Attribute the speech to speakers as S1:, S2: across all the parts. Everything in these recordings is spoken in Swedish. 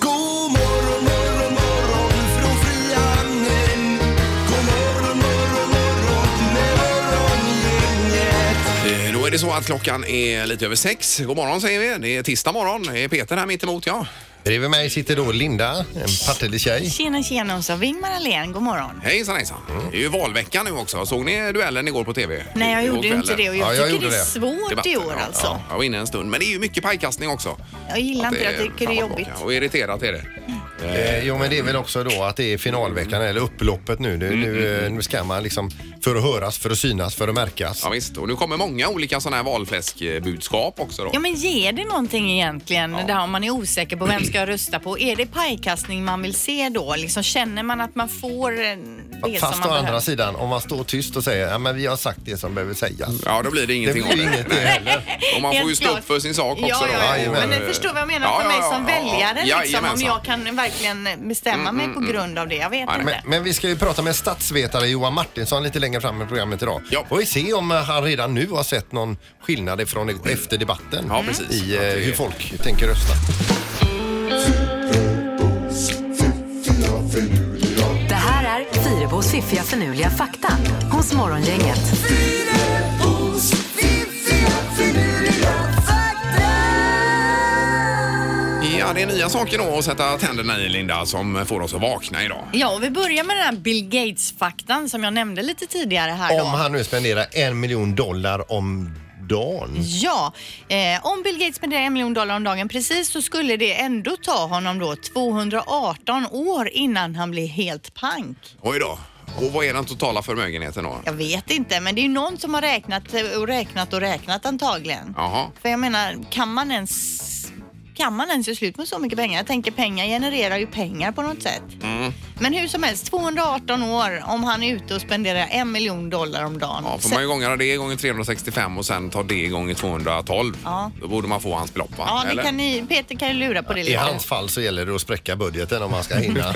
S1: God morgon morgon morgon från Frihamnen. God morgon morgon morgon med morgongänget.
S2: Eh, Då är det så att klockan är lite över sex. God morgon säger vi. Det är tisdag morgon. Det är Peter här mittemot ja.
S3: Bredvid mig sitter då Linda, en partelig tjej.
S4: Tjena, tjena och så Wingmar Ahlén, god morgon.
S2: Hejsan hejsan.
S3: Mm.
S2: Det är ju valvecka nu också. Såg ni duellen igår på TV?
S4: Nej, jag
S2: Igår
S4: gjorde
S2: kväll?
S4: inte det och jag
S3: Ja, jag
S4: tycker
S3: gjorde
S4: det är
S3: det.
S4: svårt
S2: Debatten,
S4: i år
S2: ja,
S4: alltså.
S2: Ja, jag var inne en stund. Men det är ju mycket pajkastning också.
S4: Jag gillar inte det, jag tycker det är
S2: fan vad
S4: jobbigt.
S2: tråkigt. Och irriterat är det.
S3: Eh, jo men det är väl också då att det är finalveckan eller upploppet nu.
S2: Mm,
S3: Nu, nu, eh, nu ska man liksom för att höras, för att synas, för att märkas.
S2: Ja, visst. Och nu kommer många olika sådana här valfläskbudskap också då.
S4: Ja men ger det någonting egentligen det här om man är osäker på vem ska jag rösta på? Är det pajkastning man vill se då? Liksom, känner man att man får eh, det som
S3: Fast å
S4: man
S3: andra
S4: behöver?
S3: sidan, om man står tyst och säger ja men vi har sagt det som behöver sägas.
S2: Ja, då blir det
S3: Det
S2: ingenting
S3: blir ju
S2: av
S3: inget det heller.
S2: Och man får ju
S4: Helt
S2: stå upp
S4: klart.
S2: för sin sak också
S4: Ja,
S2: då.
S4: ja, ja.
S3: Jajamän.
S4: men ni förstår vad jag menar
S2: Ja,
S4: för
S2: ja,
S4: mig
S2: ja,
S4: som
S2: ja, ja.
S4: väljare. liksom, om
S2: Jajamensan. Mm,
S4: jag kan verkligen bestämma mig på grund av det. Jag vet
S2: Nej,
S4: inte.
S3: Men, men vi ska ju prata med statsvetare Johan Martinsson lite längre fram i programmet idag.
S2: Ja.
S3: Och vi ser om eh, han redan nu har sett någon skillnad från efter debatten
S2: Ja, precis.
S3: i eh,
S2: Att det-
S3: hur folk tänker rösta.
S5: Det här är Fyrabos fiffiga förnuliga fakta hos Morgongänget.
S1: Fyrabos fiffiga finurliga fakta.
S2: Ja, det är nya saker då att sätta tänderna i Linda som får oss att vakna idag.
S4: Ja, och vi börjar med den här Bill Gates-faktan som jag nämnde lite tidigare här. då.
S3: Om han nu spenderar en miljon dollar om dagen.
S4: Ja, eh, om Bill Gates spenderar en miljon dollar om dagen precis så skulle det ändå ta honom då 218 år innan han blir helt pank.
S2: Oj då. Och vad är den totala förmögenheten då?
S4: Jag vet inte, men det är ju någon som har räknat eh, och räknat och räknat antagligen.
S2: Jaha.
S4: För jag menar, kan man ens kan man ens göra slut med så mycket pengar? Jag tänker pengar genererar ju pengar på något sätt.
S2: Mm.
S4: Men hur som helst, 218 år om han är ute och spenderar en miljon dollar om dagen.
S2: Ja, får
S4: Sen-
S2: man ju gånger det gånger 365 och sen tar det gånger 212.
S4: Ja.
S2: Då borde man få hans belopp va?
S4: ja,
S2: Eller?
S4: det kan ni, Peter kan ju lura på det
S3: I
S4: lite.
S3: hans fall så gäller det att spräcka budgeten om man ska hinna.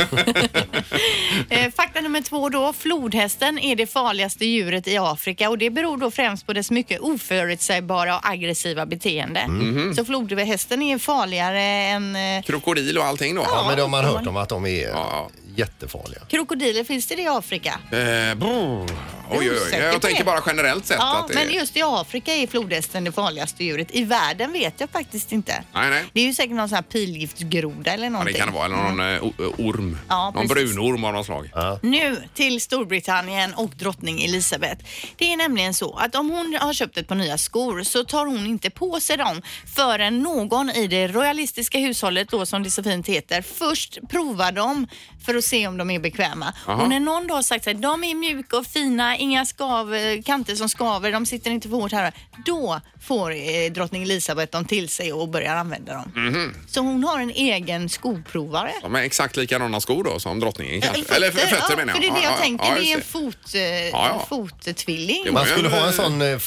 S4: Eh, Fakta nummer två då. Flodhästen är det farligaste djuret i Afrika och det beror då främst på dess mycket oförutsägbara och aggressiva beteende.
S2: Mhm. Mm-hmm.
S4: Så flodhästen är farligare än eh,
S2: Krokodil och allting då?
S3: Ja, men det har man hört om att de är
S2: ja.
S3: jättefarliga.
S4: krokodiler. Finns det det i Afrika?
S2: Eh, brr. oj, oj, oj.
S4: Osäker på
S2: Jag tänker
S4: det.
S2: bara generellt sett
S4: Ja,
S2: att det
S4: men just i Afrika är flodhästen det farligaste djuret. I världen vet jag faktiskt inte.
S2: Nej, nej.
S4: Det är ju säkert någon sån här pilgiftsgroda eller
S2: Ja, det
S4: någonting.
S2: kan det vara. Eller någon eh, o- orm.
S4: Mm. Ja,
S2: någon
S4: precis.
S2: brunorm av något slag.
S4: Nu till Storbritannien och drottning Elizabeth. Det är nämligen så att om hon har köpt ett par nya skor så tar hon inte på sig dem förrän någon i det royalistiska hushållet då som det så fint heter först provar dem för att se om de är bekväma.
S2: Aha.
S4: Och när någon då har sagt att de är mjuka och fina, inga skav, eh, kanter som skaver, de sitter inte för hårt här. Då får eh, drottning Elizabeth dem till sig och börjar använda dem. Så hon har en egen skoprovare.
S2: De är exakt likadana skor då som drottningen kanske. Eller fötter,
S4: ja,
S2: menar jag.
S4: För det är det
S2: Ja,
S4: jag
S2: ja,
S4: tänker.
S2: ja,
S4: det är en
S2: just
S4: fot, eh,
S2: ja.
S4: fottvilling
S2: Jo,
S3: Man skulle ha en sån eh,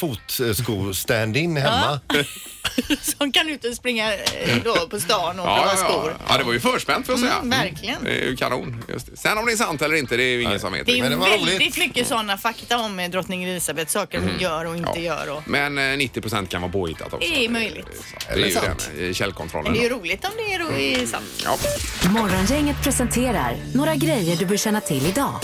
S3: fotsko-stand-in hemma.
S4: som kan ut och springa eh, då på stan och prova
S2: Ja, ja,
S4: skor.
S2: ja. ja, det var ju förspänt för att säga.
S4: Mm, verkligen.
S2: Det är ju kanon. Just det. Sen om det är sant eller inte, det är ju ingen som vet.
S4: Det är
S3: Men det var
S4: väldigt
S3: roligt.
S4: mycket sådana fakta om eh, drottning Elisabeth, saker hon
S2: Mm.
S4: gör och inte gör. Och...
S2: Men eh, 90 procent kan vara påhittat också.
S4: Det är möjligt.
S2: Det är ju det
S3: sant.
S2: med källkontrollen.
S4: Men det är ju roligt om det är ro-
S2: Mm.
S4: är sant.
S2: Ja.
S5: Morgongänget presenterar några grejer du bör känna till idag.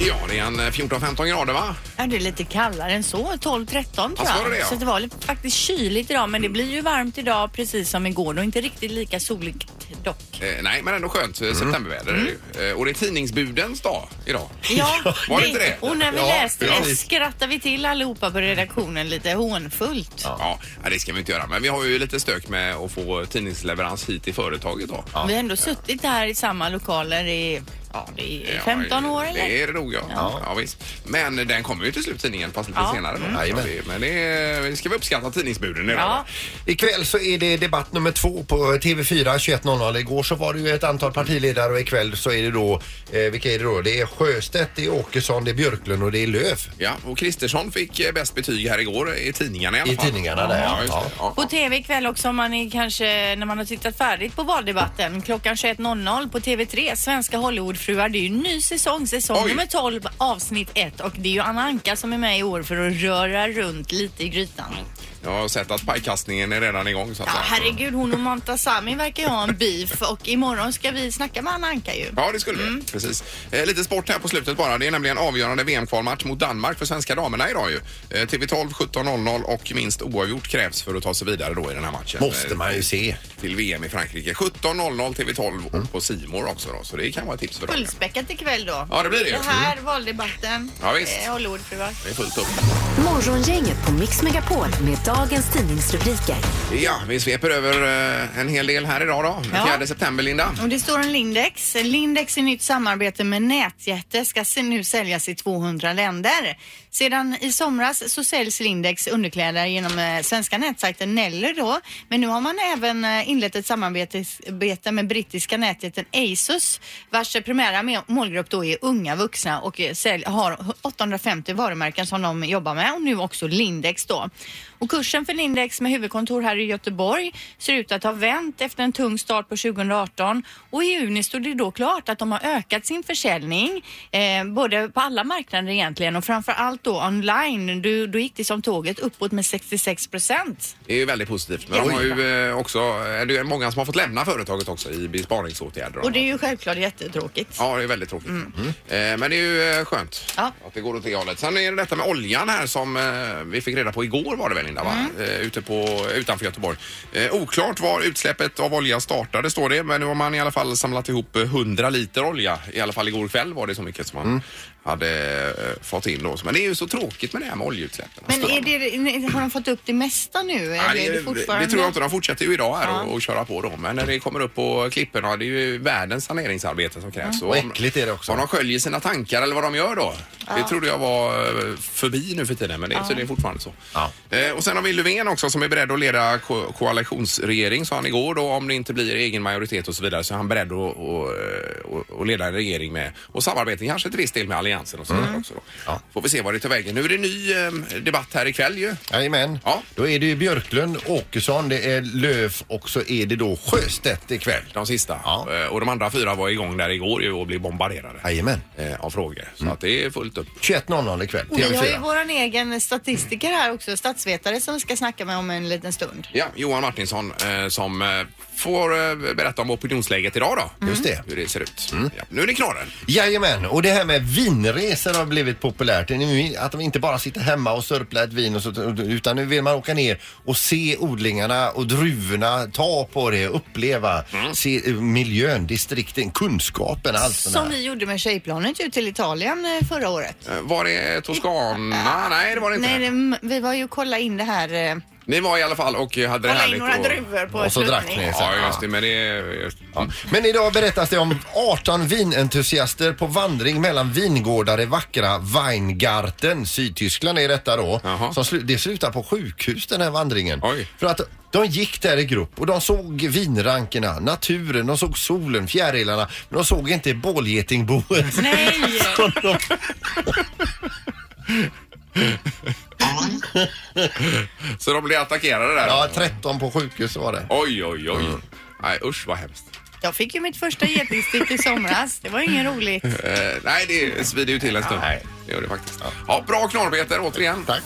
S2: ja, det är en eh, 14-15 grader va?
S4: Ja, det är lite kallare än så, 12-13 tror
S2: Ja, så var det det,
S4: jag.
S2: ja. Mm.
S4: Så det var lite- faktiskt kyligt idag, men det blir ju varmt idag precis som igår och inte riktigt lika soligt dock.
S2: Eh, nej, men ändå skönt eh, septemberväder. är det
S4: Mm.
S2: ju. Eh, och det är tidningsbudens dag idag.
S4: Ja,
S2: Var det inte det?
S4: Och när vi
S2: Ja,
S4: läste det
S2: precis.
S4: skrattade vi till allihopa på redaktionen lite hånfullt.
S2: Ja, nej, det ska vi inte göra. Men vi har ju lite stök med att få tidningsleverans hit i företaget då.
S4: Vi har ändå suttit här i samma lokaler i Ja, det är 15 år eller?
S2: Det är det nog, ja. ja.
S4: Ja.
S2: visst. Men den kommer ju till slut tidningen, fast lite
S4: Ja.
S2: senare. Då.
S4: Mm.
S2: Så det- Men det vi ska vi uppskatta tidningsbuden idag.
S4: Ja.
S3: Ikväll så är det debatt nummer två på eh, TV4 21.00. Igår så var det ju ett antal partiledare och ikväll så är det då, eh, vilka är det då? Det är Sjöstedt, det är Åkesson, det är Björklund och det är Löf
S2: Ja, och Kristersson fick eh, bäst betyg här igår i tidningarna i alla
S3: i
S2: fall.
S3: tidningarna där.
S2: Ja, just det. Ja.
S4: På tv ikväll också om man är kanske när man har tittat färdigt på valdebatten klockan 21.00 på TV3 Svenska Hollywoodfruar. Det är ju en ny säsong, säsong
S2: Oj.
S4: nummer 12 avsnitt 1 och det är ju Anna Anka som är med i år för att röra runt lite i grytan.
S2: Jag har sett att pajkastningen är redan igång så att
S4: Ja,
S2: säga.
S4: herregud, hon och Montazami verkar ju ha en beef och imorgon ska vi snacka med Anna Anka ju. Mm.
S2: Ja, det skulle vi. Precis. Eh, lite sport här på slutet bara. Det är nämligen avgörande VM-kvalmatch mot Danmark för svenska damerna idag ju. Eh, TV12 17.00 och minst oavgjort krävs för att ta sig vidare då i den här matchen.
S3: Måste man Mm. ju se.
S2: Eh, Till VM i Frankrike. 17.00 TV12 och på C More också då. Så det kan vara ett tips för dagen.
S4: Fullspäckat ikväll då.
S2: Ja, det blir det.
S4: Det här, valdebatten,
S2: Ja, visst.
S4: eh, Hollywoodfruar.
S2: Det är fullt upp.
S5: Morgongänget på Mix Megapol med dagens tidningsrubriker.
S2: Ja, vi sveper över eh, en hel del här idag då. Den
S4: Ja.
S2: 4 september, Linda.
S4: Och det står en Lindex. Lindex i nytt samarbete med nätjätte ska se- nu säljas i 200 länder. Sedan i somras så säljs Lindex underkläder genom eh, svenska nätsajten Nelly då. Men nu har man även eh, inlett ett samarbete samarbete med brittiska nätjätten Asus vars primära me- målgrupp då är unga vuxna och eh, sälj, har 850 varumärken som de jobbar med och nu också Lindex då. Och kursen för Lindex med huvudkontor här i Göteborg ser ut att ha vänt efter en tung start på 2018 och i juni stod det då klart att de har ökat sin försäljning eh, både på alla marknader egentligen och framför allt då online. Du, då gick det som tåget uppåt med 66 procent.
S2: Det är ju väldigt positivt. Men de har ju eh, också, eh, det är många som har fått lämna företaget också i besparingsåtgärder.
S4: Och det är ju självklart jättetråkigt.
S2: Ja, det är väldigt tråkigt. Eh, men det är ju eh, skönt
S4: Mm. Ja.
S2: att det går åt det hållet. Sen är det detta med oljan här som eh, vi fick reda på igår var det väl Linda? Va?
S4: Mm.
S2: Eh, ute på, utanför Göteborg. Eh, oklart var utsläppet av olja startade står det. Men nu har man i alla fall samlat ihop eh, 100 liter olja. I alla fall igår kväll var det så mycket som man
S4: Mm.
S2: hade eh, fått in då. Men det är ju så tråkigt med det här med oljeutsläppen.
S4: Men är det, har de fått upp det mesta nu?
S2: Ja,
S4: eller
S2: det,
S4: är det, fortfarande?
S2: det tror jag inte. De fortsätter ju idag här och, och köra på då. Men när det kommer upp på klipporna, det är ju världens saneringsarbete som krävs.
S4: Mm.
S3: Och
S2: om-
S3: äckligt är det också.
S2: Vad de sköljer sina tankar eller vad de gör då. Det trodde jag var eh, förbi nu för tiden, men det är tydligen fortfarande så.
S3: Ja.
S2: Eh, och sen har vi Löfven också som är beredd att leda ko koalitionsregering, sa han igår då, om det inte blir egen majoritet och så vidare så är han beredd att och, eh, och, och leda en regering med och samarbete kanske till viss del med Alliansen och så
S4: Mm.
S2: vidare också då.
S3: Ja.
S2: Får vi se vad det tar vägen. Nu är det ny eh, debatt här ikväll ju.
S3: Jajamän.
S2: Ja.
S3: Då är det ju Björklund, Åkesson, det är Löf och så är det då Sjöstedt ikväll.
S2: de sista.
S3: Ja.
S2: Eh, Och de andra fyra var igång där igår ju och blev bombarderade
S3: Jajamän.
S2: eh, av frågor.
S3: Mm.
S2: Så att det är fullt upp.
S3: 21.00 ikväll,
S4: Och vi har ju
S3: TV4.
S4: vår egen statistiker här också, statsvetare som vi ska snacka med om en liten stund.
S2: Ja, Johan Martinsson eh, som eh, får eh, berätta om opinionsläget idag då.
S3: Mm. Just det. Mm.
S2: Hur det ser ut. Ja. Nu är det knorren.
S3: Jajamän, och det här med vinresor har blivit populärt. Det är nu Att de inte bara sitter hemma och sörplar ett vin och så, utan nu vill man åka ner och se odlingarna och druvorna, ta på det, uppleva, se eh, miljön, distrikten, kunskapen, allt sånt
S4: Som vi gjorde med tjejplanet ju till Italien eh, förra året.
S2: Eh, Var det Toscana? Nej, det var det inte.
S4: Nej, det, vi var ju och kollade in det här. eh,
S2: Ni var i alla fall och eh, hade det
S4: Kolla
S2: härligt.
S4: in några
S2: och-
S4: druvor på
S3: Och så drack
S4: sluttning.
S3: ni.
S2: Ja, just det. Men det är... Just...
S3: Ja. Men idag berättas det om 18 vinentusiaster på vandring mellan vingårdar i vackra Weingarten, Sydtyskland är detta då.
S2: Jaha.
S3: Som slu- det slutar på sjukhus den här vandringen.
S2: Oj.
S3: För att de gick där i grupp och de såg vinrankerna, naturen, de såg solen, fjärilarna men de såg inte bålgetingboet.
S4: Nej!
S3: Som de-
S2: Så de blev attackerade där?
S3: Ja, Mm. 13 på sjukhus var det.
S2: Oj, oj, oj. Nej, usch vad hemskt.
S4: Jag fick ju mitt första getingstick i somras. Det var ingen roligt.
S2: Eh, nej, det svider ju till en stund.
S3: Nej.
S2: Det gör det faktiskt. Ja, bra knorr, Peter, återigen.
S3: Tack.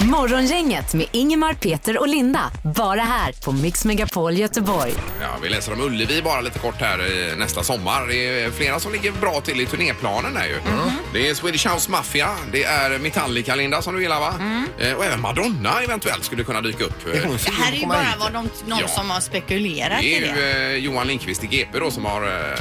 S5: Morgongänget med Ingemar, Peter och Linda. Bara här på Mix Megapol Göteborg.
S2: Ja, vi läser om Ullevi bara lite kort här eh, nästa sommar. Det är flera som ligger bra till i turnéplanen här ju. Det är Swedish House Mafia, det är Metallica, Linda, som du gillar va? Eh, Och även Madonna eventuellt skulle kunna dyka upp. Eh,
S3: Hon
S4: Det
S3: skulle
S4: här är ju
S3: komma
S4: bara
S3: hit.
S4: vad de, någon
S2: Ja.
S4: som har spekulerat
S2: Det
S4: i
S2: är ju
S4: det.
S2: eh, Johan Lindqvist i GP då som har eh,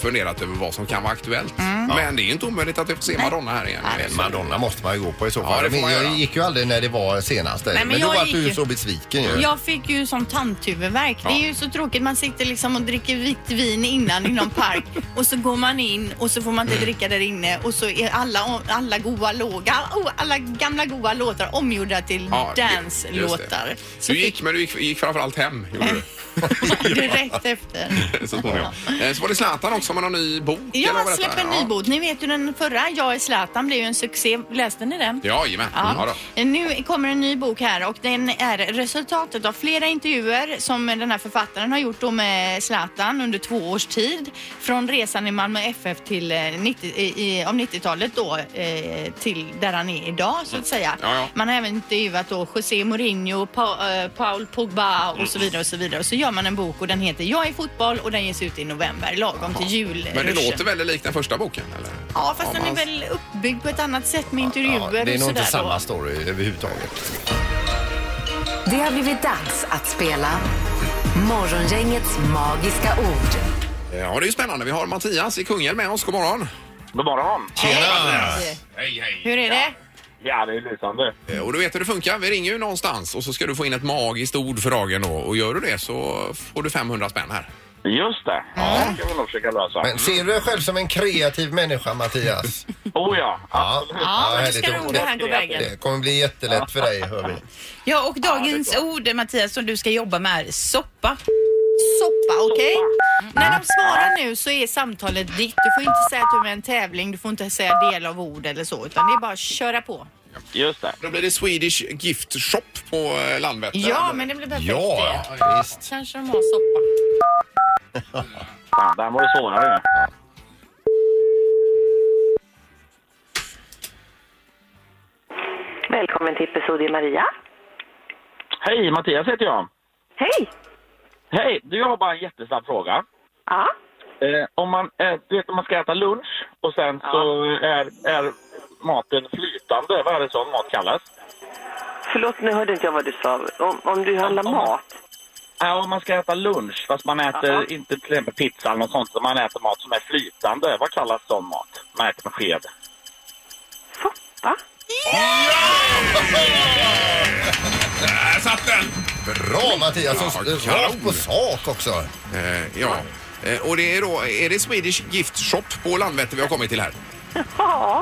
S2: funderat över vad som kan vara aktuellt. Men det är ju inte omöjligt att vi får se Madonna här igen.
S4: Nej.
S3: Men Madonna måste man ju gå på i så
S2: Ja,
S3: fall.
S2: det får man
S3: jag
S2: göra.
S3: gick ju aldrig när det var senast.
S4: men
S3: men, då
S4: jag
S3: var
S4: gick
S3: du
S4: ju.
S3: ju så besviken ju.
S4: Jag fick ju som tanthuvudvärk. Det är ju så tråkigt. Man sitter liksom och dricker vitt vin innan i någon park och så går man in och så får man
S2: Mm.
S4: inte dricka där inne och så är alla, alla, goa, låga, oh, alla gamla goa låtar omgjorda till
S2: Ja, ju- just
S4: dance-låtar.
S2: det.
S4: Så
S2: Du
S4: fick
S2: gick, men du gick, gick framförallt hem. Gjorde du.
S4: direkt efter.
S2: så småningom. Eh, Så var det Zlatan också med någon ny bok.
S4: Ja,
S2: eller vad
S4: han
S2: detta?
S4: släpper en ny bok. Ni vet ju den förra, Jag är Zlatan, blev ju en succé. Läste ni den?
S2: Ja, jajamän. Ja, då.
S4: Nu kommer en ny bok här och den är resultatet av flera intervjuer som den här författaren har gjort då med Zlatan under två års tid. Från resan i Malmö FF till eh, 90, i, i, om 90-talet då eh, till där han är idag så att säga.
S2: Ja, ja.
S4: Man har även intervjuat då José Mourinho, pa, eh, Paul Pogba och så vidare och så vidare. Och så gör man en bok och den heter Jag är fotboll och den ges ut i november lagom till julruschen.
S2: Men det låter väldigt likt den första boken? Eller?
S4: Ja, fast den är
S2: man-
S4: väl uppbyggd på ett annat sätt med
S3: Ja,
S4: intervjuer
S3: det är
S4: och
S3: nog inte
S4: sådär.
S3: samma
S4: då.
S3: story överhuvudtaget.
S5: Det har blivit dags att spela Morgongängets magiska ord.
S2: Ja, det är ju spännande. Vi har Mattias i Kungälv med oss. God morgon.
S6: God morgon.
S3: Tjena!
S2: Hej, hej.
S4: Hur är det?
S6: Ja, det är lysande.
S2: Eh, Och du vet hur det funkar. Vi ringer ju någonstans och så ska du få in ett magiskt ord för dagen då. Och gör du det så får du 500 spänn här.
S6: Just det. Det ska vi nog försöka lösa.
S3: Men ser du dig själv som en kreativ människa Mattias?
S6: Oh ja.
S3: Ja,
S4: Ja, men då
S3: härligt.
S4: ska nog det här gå vägen.
S3: Det kommer bli jättelätt för dig hör vi.
S7: Ja, och dagens ord Mattias som du ska jobba med är soppa.
S4: Soppa, okej? När de svarar nu så är samtalet ditt. Du får inte säga att du är med i en tävling, du får inte säga del av ord eller så, utan det är bara att köra på.
S6: Just det.
S2: Då blir det Swedish Gift Shop på eh, Landvetter.
S4: Ja, men det blir perfekt
S3: Ja,
S4: det.
S3: visst.
S4: Kanske de har soppa.
S6: Fan, den var ju svårare.
S8: Välkommen till Episodio Maria.
S6: Hej, Mattias heter jag.
S8: Hej!
S6: Hej, du jag har bara en jättesnabb fråga.
S8: Ja,
S6: Eh, om man, eh, du vet om man ska äta lunch och sen så är, är maten flytande. Vad är det sån mat kallas?
S8: förlåt nu hörde inte jag vad du sa. Om, om du handlar
S6: Om- om-
S8: mat?
S6: Ja, om man ska äta lunch fast man äter
S8: Ja.
S6: inte till exempel pizza eller något sånt. Så man äter mat som är flytande. Vad kallas sån mat? Man äter med sked.
S8: Soppa?
S2: Där Äh, satt den!
S3: Bra Mattias! Och
S2: Ja,
S3: rakt på
S2: kanon.
S3: sak också.
S2: Eh, ja. Eh, Och det är då, är det Swedish Gift Shop på Landvetter vi har kommit till här?
S8: Ja,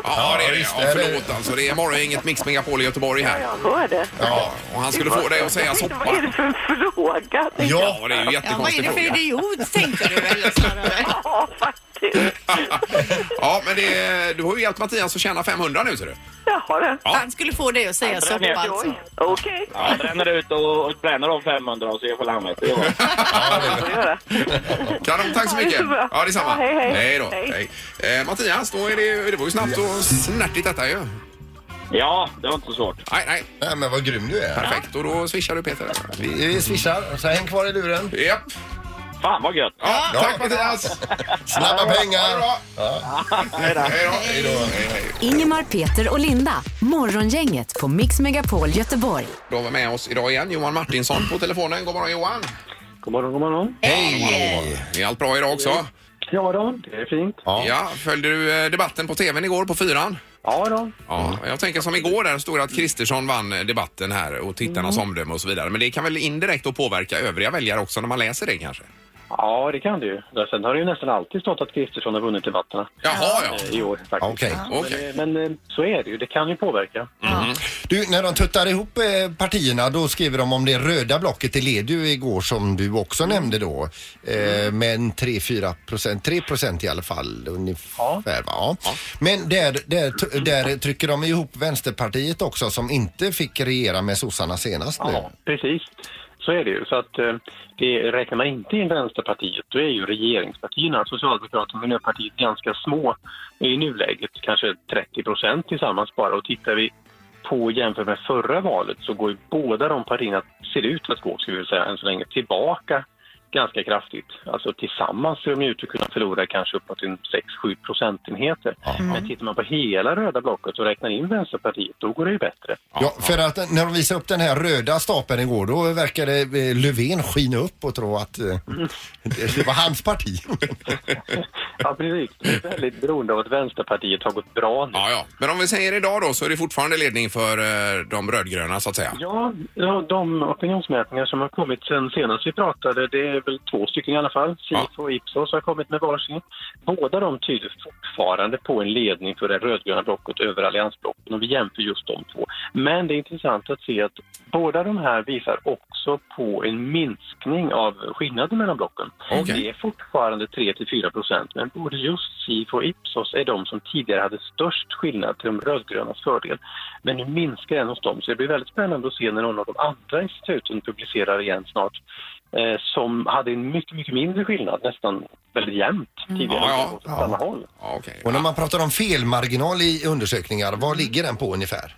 S2: Ja, det är det.
S3: visst,
S2: Ja,
S3: det är det.
S2: förlåt alltså. Det är morgongänget Mix Megapol i Göteborg här.
S8: jag hörde.
S2: Ja, och han skulle få dig att säga soppa.
S8: Vad är det för en fråga?
S2: Ja, det är ju en
S4: Ja, vad är
S2: jättekonstig
S4: det för
S2: fråga.
S4: idiot tänkte du eller snarare?
S8: Ja, faktiskt.
S2: Ja, men det, är- du har ju hjälpt Mattias att tjäna 500 nu ser du.
S8: Jaha du.
S4: Han skulle få dig att säga
S6: Ja, det
S4: soppa
S6: är
S4: alltså.
S8: Oj, okej.
S6: Ja, bränner ut och, och bränner de 500 och så är jag på Landvetter. Det var-
S8: Det får jag göra.
S2: Kanon, tack
S8: Ja,
S2: så
S8: det är
S2: mycket.
S8: så bra.
S2: Ja, detsamma.
S8: Ja, hej, hej.
S2: Hej då.
S8: Hej.
S2: Hej. Eh, Mattias, då är det, ju- det var ju snabbt och snärtigt detta ju.
S6: Ja, det var inte så svårt.
S2: Nej, nej,
S3: Nej, men vad grym du är.
S2: perfekt. Och då swishar du Peter.
S3: Vi, vi swishar, så häng kvar i luren.
S2: Japp.
S6: Fan vad gött!
S2: Ja,
S3: Ja.
S2: tack Mattias.
S3: Snabba pengar!
S2: Ha det bra. Hej då. Hej då. Hej, hej.
S5: Ingemar, Peter och Linda. Morgongänget på Mix Megapol Göteborg.
S2: Då har vi med oss idag igen Johan Martinsson på telefonen. God morgon Johan.
S6: God morgon, god morgon.
S3: Hej!
S2: Är allt bra idag också?
S6: Ja då, det är fint.
S3: Ja.
S2: Ja, följde du eh, debatten på tvn igår på fyran?
S6: Ja då.
S2: Ja,
S3: Mm.
S2: jag tänker som igår där stod det att Kristersson vann eh, debatten här och tittarnas
S3: Mm.
S2: omdöme och så vidare. Men det kan väl indirekt då påverka övriga väljare också när man läser det kanske?
S6: Ja, det kan du ju. Där Sen har det ju nästan alltid stått att Kristersson har vunnit debatterna
S2: Jaha, ja.
S6: eh, i år faktiskt.
S3: Okej.
S2: Okej.
S6: Men eh, så är det ju. Det kan ju påverka.
S3: Du, när de tuttar ihop eh, partierna då skriver de om det röda blocket. Det led ju igår som du också nämnde då. Eh, men 3-4 procent, 3 procent i alla fall ungefär va? Ja. Men där, där, t- där trycker de ihop Vänsterpartiet också som inte fick regera med sossarna senast nu.
S6: Ja, precis. Så är det ju. Så att, eh, det räknar man inte in Vänsterpartiet, då är ju regeringspartierna, Socialdemokraterna och Miljöpartiet, ganska små i nuläget. Kanske 30 procent tillsammans bara. Och tittar vi på jämfört med förra valet så går ju båda de partierna, ser det ut att gå, skulle vi säga, än så länge, tillbaka ganska kraftigt. Alltså tillsammans ser de ut att kunna förlora kanske uppåt en 6-7 procentenheter. Men tittar man på hela röda blocket och räknar in Vänsterpartiet, då går det ju bättre.
S3: Ja, för att när de visade upp den här röda stapeln igår då verkade eh, Löfven skina upp och tro att eh, det var hans parti.
S6: Ja, precis. Det är väldigt beroende av att Vänsterpartiet har gått bra nu.
S2: Ja, ja. Men om vi säger idag då så är det fortfarande ledning för eh, de rödgröna så att säga.
S6: Ja, ja, de opinionsmätningar som har kommit sen senast vi pratade, det är väl två stycken i alla fall. Sifo och Ipsos har kommit med varsin. Båda de tyder fortfarande på en ledning för det rödgröna blocket över alliansblocken och vi jämför just de två. Men det är intressant att se att båda de här visar också på en minskning av skillnaden mellan blocken.
S2: Okej.
S6: Det är fortfarande 3-4 procent, men både just Sifo och Ipsos är de som tidigare hade störst skillnad till de rödgrönas fördel. Men nu minskar den hos dem, så det blir väldigt spännande att se när någon av de andra instituten publicerar igen snart, eh, som hade en mycket, mycket mindre skillnad, nästan väldigt jämnt tidigare.
S3: Ja, ja.
S6: åt samma håll.
S3: Och när man pratar om felmarginal i undersökningar, vad ligger den på ungefär?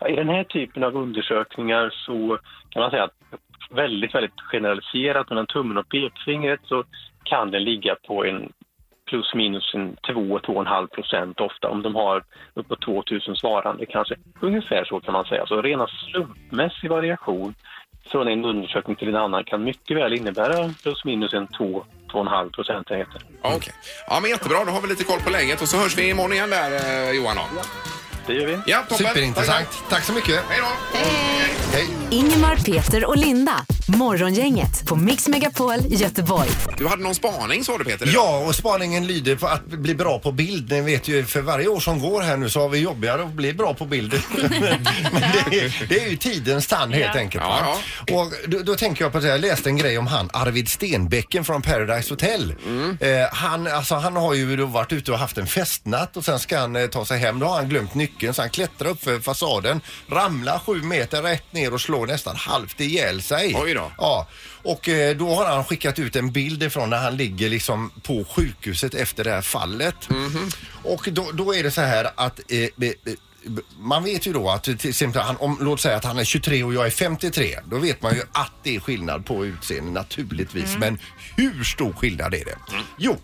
S6: Ja, I den här typen av undersökningar så kan man säga att väldigt, väldigt generaliserat mellan tummen och pekfingret så kan den ligga på en plus minus en 2-2,5 procent ofta om de har uppåt 2000 svarande kanske. Ungefär så kan man säga. Så rena slumpmässig variation från en undersökning till en annan kan mycket väl innebära plus minus en 2-2,5 procentenheter.
S2: Ja, Okej. Ja, men jättebra. Då har vi lite koll på läget och så hörs vi imorgon igen där, eh, Johan. då.
S6: Det gör vi.
S2: Ja, toppen.
S3: Superintressant. Tack, så mycket.
S2: Hej då.
S5: Ingemar, Peter och Linda. Morgongänget på Mix Megapol Göteborg.
S2: Du hade någon spaning sa du Peter?
S3: Ja, och spaningen lyder på att bli bra på bild. Ni vet ju, för varje år som går här nu så har vi jobbigare att bli bra på bild. Men det, är- det är ju tidens tand helt
S2: Ja.
S3: enkelt.
S2: Ja,
S3: Va? Och då, då tänker jag på att jag läste en grej om han Arvid Stenbecken från Paradise Hotel.
S2: Mm.
S3: Eh, han, alltså, han har ju då varit ute och haft en festnatt och sen ska han eh, ta sig hem. Då har han glömt nyckeln så han klättrar upp för fasaden, ramlar sju meter rätt ner och slår nästan halvt ihjäl sig.
S2: Oj då.
S3: Ja, och eh, då har han skickat ut en bild ifrån när han ligger liksom på sjukhuset efter det här fallet. Och då, då är det så här att eh, be- be- man vet ju då att till exempel han, om, låt säga att han är 23 och jag är 53. Då vet man ju att det är skillnad på utseende naturligtvis. Men hur stor skillnad är det? Jo,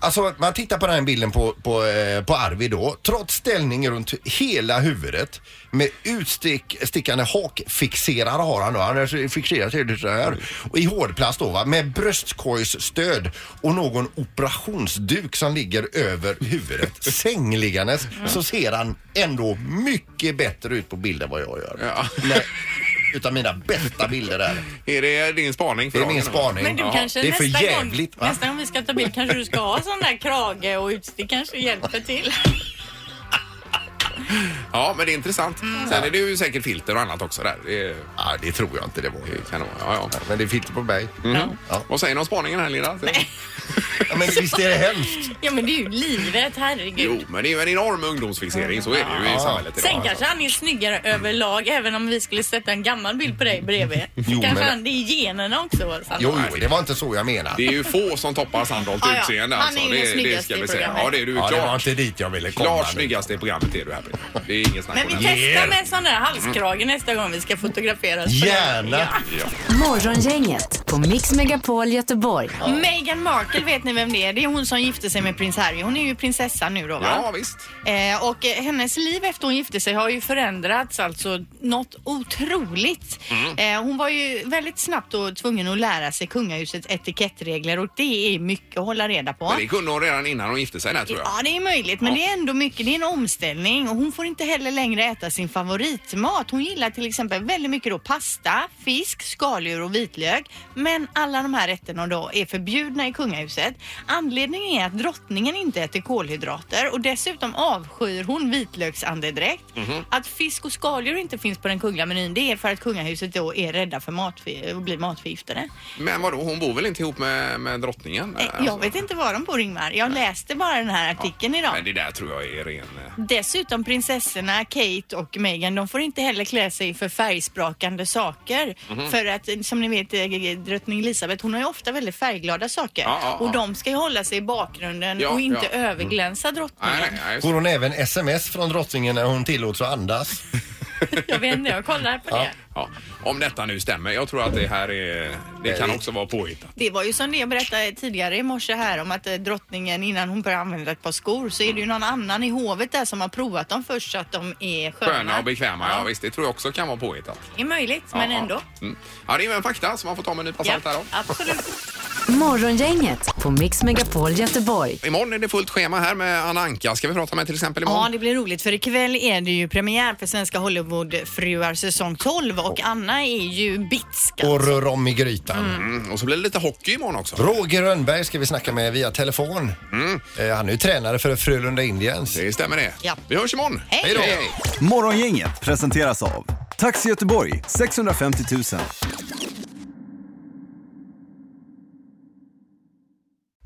S3: alltså man tittar på den här bilden på, på, eh, på Arvid då. Trots ställning runt hela huvudet med utstickande hakfixerare har han då. Han är fixerad till det så här. Och I hårdplast då va, med bröstkorgsstöd och någon operationsduk som ligger över huvudet. Sängliggandes så ser han ändå mycket bättre ut på bilden vad jag gör.
S2: Ja.
S3: Nej, utav mina bästa bilder där.
S2: Är det din spaning? För
S3: Det är min
S2: dagen, eller?
S3: spaning.
S4: Men du
S2: Ja.
S4: kanske
S3: det är för
S4: nästa,
S3: jävligt,
S4: gång,
S3: va?
S4: nästa gång vi ska ta bild kanske du ska ha sån där krage och ut. Det kanske hjälper till.
S2: Ja, men det är intressant.
S3: Mm.
S2: Sen är det ju säkert filter och annat också där. Det,
S3: Ja, det tror jag inte det var.
S2: det kan det vara. Ja, ja.
S3: Men det är filter på mig.
S2: Mhm. Vad säger ni om spaningen här, Linda?
S3: Mm. Ja, men visst är det hemskt?
S4: Ja men det är ju livet, herregud.
S2: Jo, men det är ju en enorm ungdomsfixering. Så är det ju i samhället
S4: Sen
S2: idag.
S4: kanske han är snyggare överlag även om vi skulle sätta en gammal bild på dig bredvid.
S3: Jo,
S4: kanske
S3: men-
S4: han, det är generna också. Sandra.
S3: Jo, jo, det var inte så jag menade.
S2: Det är ju få som toppar Sandholt
S4: Ja, ja.
S2: utseende.
S4: Han är
S2: Alltså.
S4: ju den
S2: Det, det
S4: snyggaste
S2: ska
S4: i
S2: vi säga.
S4: programmet.
S2: Ja, det är du.
S3: Ja, det var
S2: klart
S3: inte dit jag ville komma.
S2: klart
S3: nu.
S2: snyggaste i programmet är du, Happy. Det är inget snack
S4: Men
S2: om
S4: vi
S2: det.
S4: testar med en sån där halskrage nästa gång vi ska fotograferas.
S3: Gärna.
S5: Morgongänget på Mix Megapol Göteborg.
S4: Meghan Markle vet ni vem det är? Det är hon som gifte sig med prins Harry. Hon är ju prinsessa nu då va?
S2: Ja, visst.
S4: Eh, och eh, hennes liv efter hon gifte sig har ju förändrats alltså något otroligt. Eh, hon var ju väldigt snabbt då tvungen att lära sig kungahusets etikettregler och det är mycket att hålla reda på.
S2: Men det kunde hon redan innan hon gifte sig där, tror jag.
S4: Ja, det är möjligt, men det är ändå mycket. Det är en omställning och hon får inte heller längre äta sin favoritmat. Hon gillar till exempel väldigt mycket då pasta, fisk, skaldjur och vitlök. Men alla de här rätterna då är förbjudna i kungahuset. Anledningen är att drottningen inte äter kolhydrater och dessutom avskyr hon vitlöksandedräkt.
S2: Mhm.
S4: Att fisk och skaldjur inte finns på den kungliga menyn, det är för att kungahuset då är rädda för matf- att bli matförgiftade.
S2: Men vadå, hon bor väl inte ihop med, med drottningen?
S4: Eh, Jag vet inte var de bor Ingmar. Jag läste bara den här artikeln idag.
S2: Men det där tror jag är ren... eh,
S4: Dessutom prinsessorna Kate och Meghan, de får inte heller klä sig för färgsprakande saker.
S2: Mhm.
S4: För att som ni vet, eh, drottning Elizabeth hon har ju ofta väldigt färgglada saker.
S2: Ja, ja, ja.
S4: Och de ska ju hålla sig i bakgrunden
S2: Ja,
S4: och inte
S2: ja.
S4: överglänsa drottningen.
S2: Nej, nej, nej.
S3: Får hon även sms från drottningen när hon tillåts att andas?
S4: Jag vet inte, jag kollar på det.
S2: Ja, om detta nu stämmer. Jag tror att det här är... Det kan också vara påhittat.
S4: Det var ju som det jag berättade tidigare i morse här om att eh, drottningen innan hon började använda ett par skor så är det ju någon annan i hovet där som har provat dem först så att de är sköna.
S2: Sköna och bekväma, ja visst. Det tror jag också kan vara påhittat.
S4: Det är möjligt, men
S2: Ja,
S4: ändå.
S2: Ja, mm. ja det är ju en fakta som man får ta med en nypa salt här då.
S4: Absolut.
S5: Morgongänget på Mix Megapol Göteborg.
S2: Imorgon är det fullt schema här med Anna Anka ska vi prata med till exempel imorgon.
S4: Ja, det blir roligt för ikväll är det ju premiär för Svenska Hollywoodfruar säsong 12 och Anna är ju alltså. bitsk.
S3: Och rör om i grytan.
S2: Mm, Och så blir det lite hockey imorgon också.
S3: Roger Rönnberg ska vi snacka med via telefon. Eh, Han är ju tränare för Frölunda Indians.
S2: Det stämmer det. Vi hörs imorgon.
S4: Hej
S3: då!
S9: Morgongänget presenteras av Taxi Göteborg 650 000.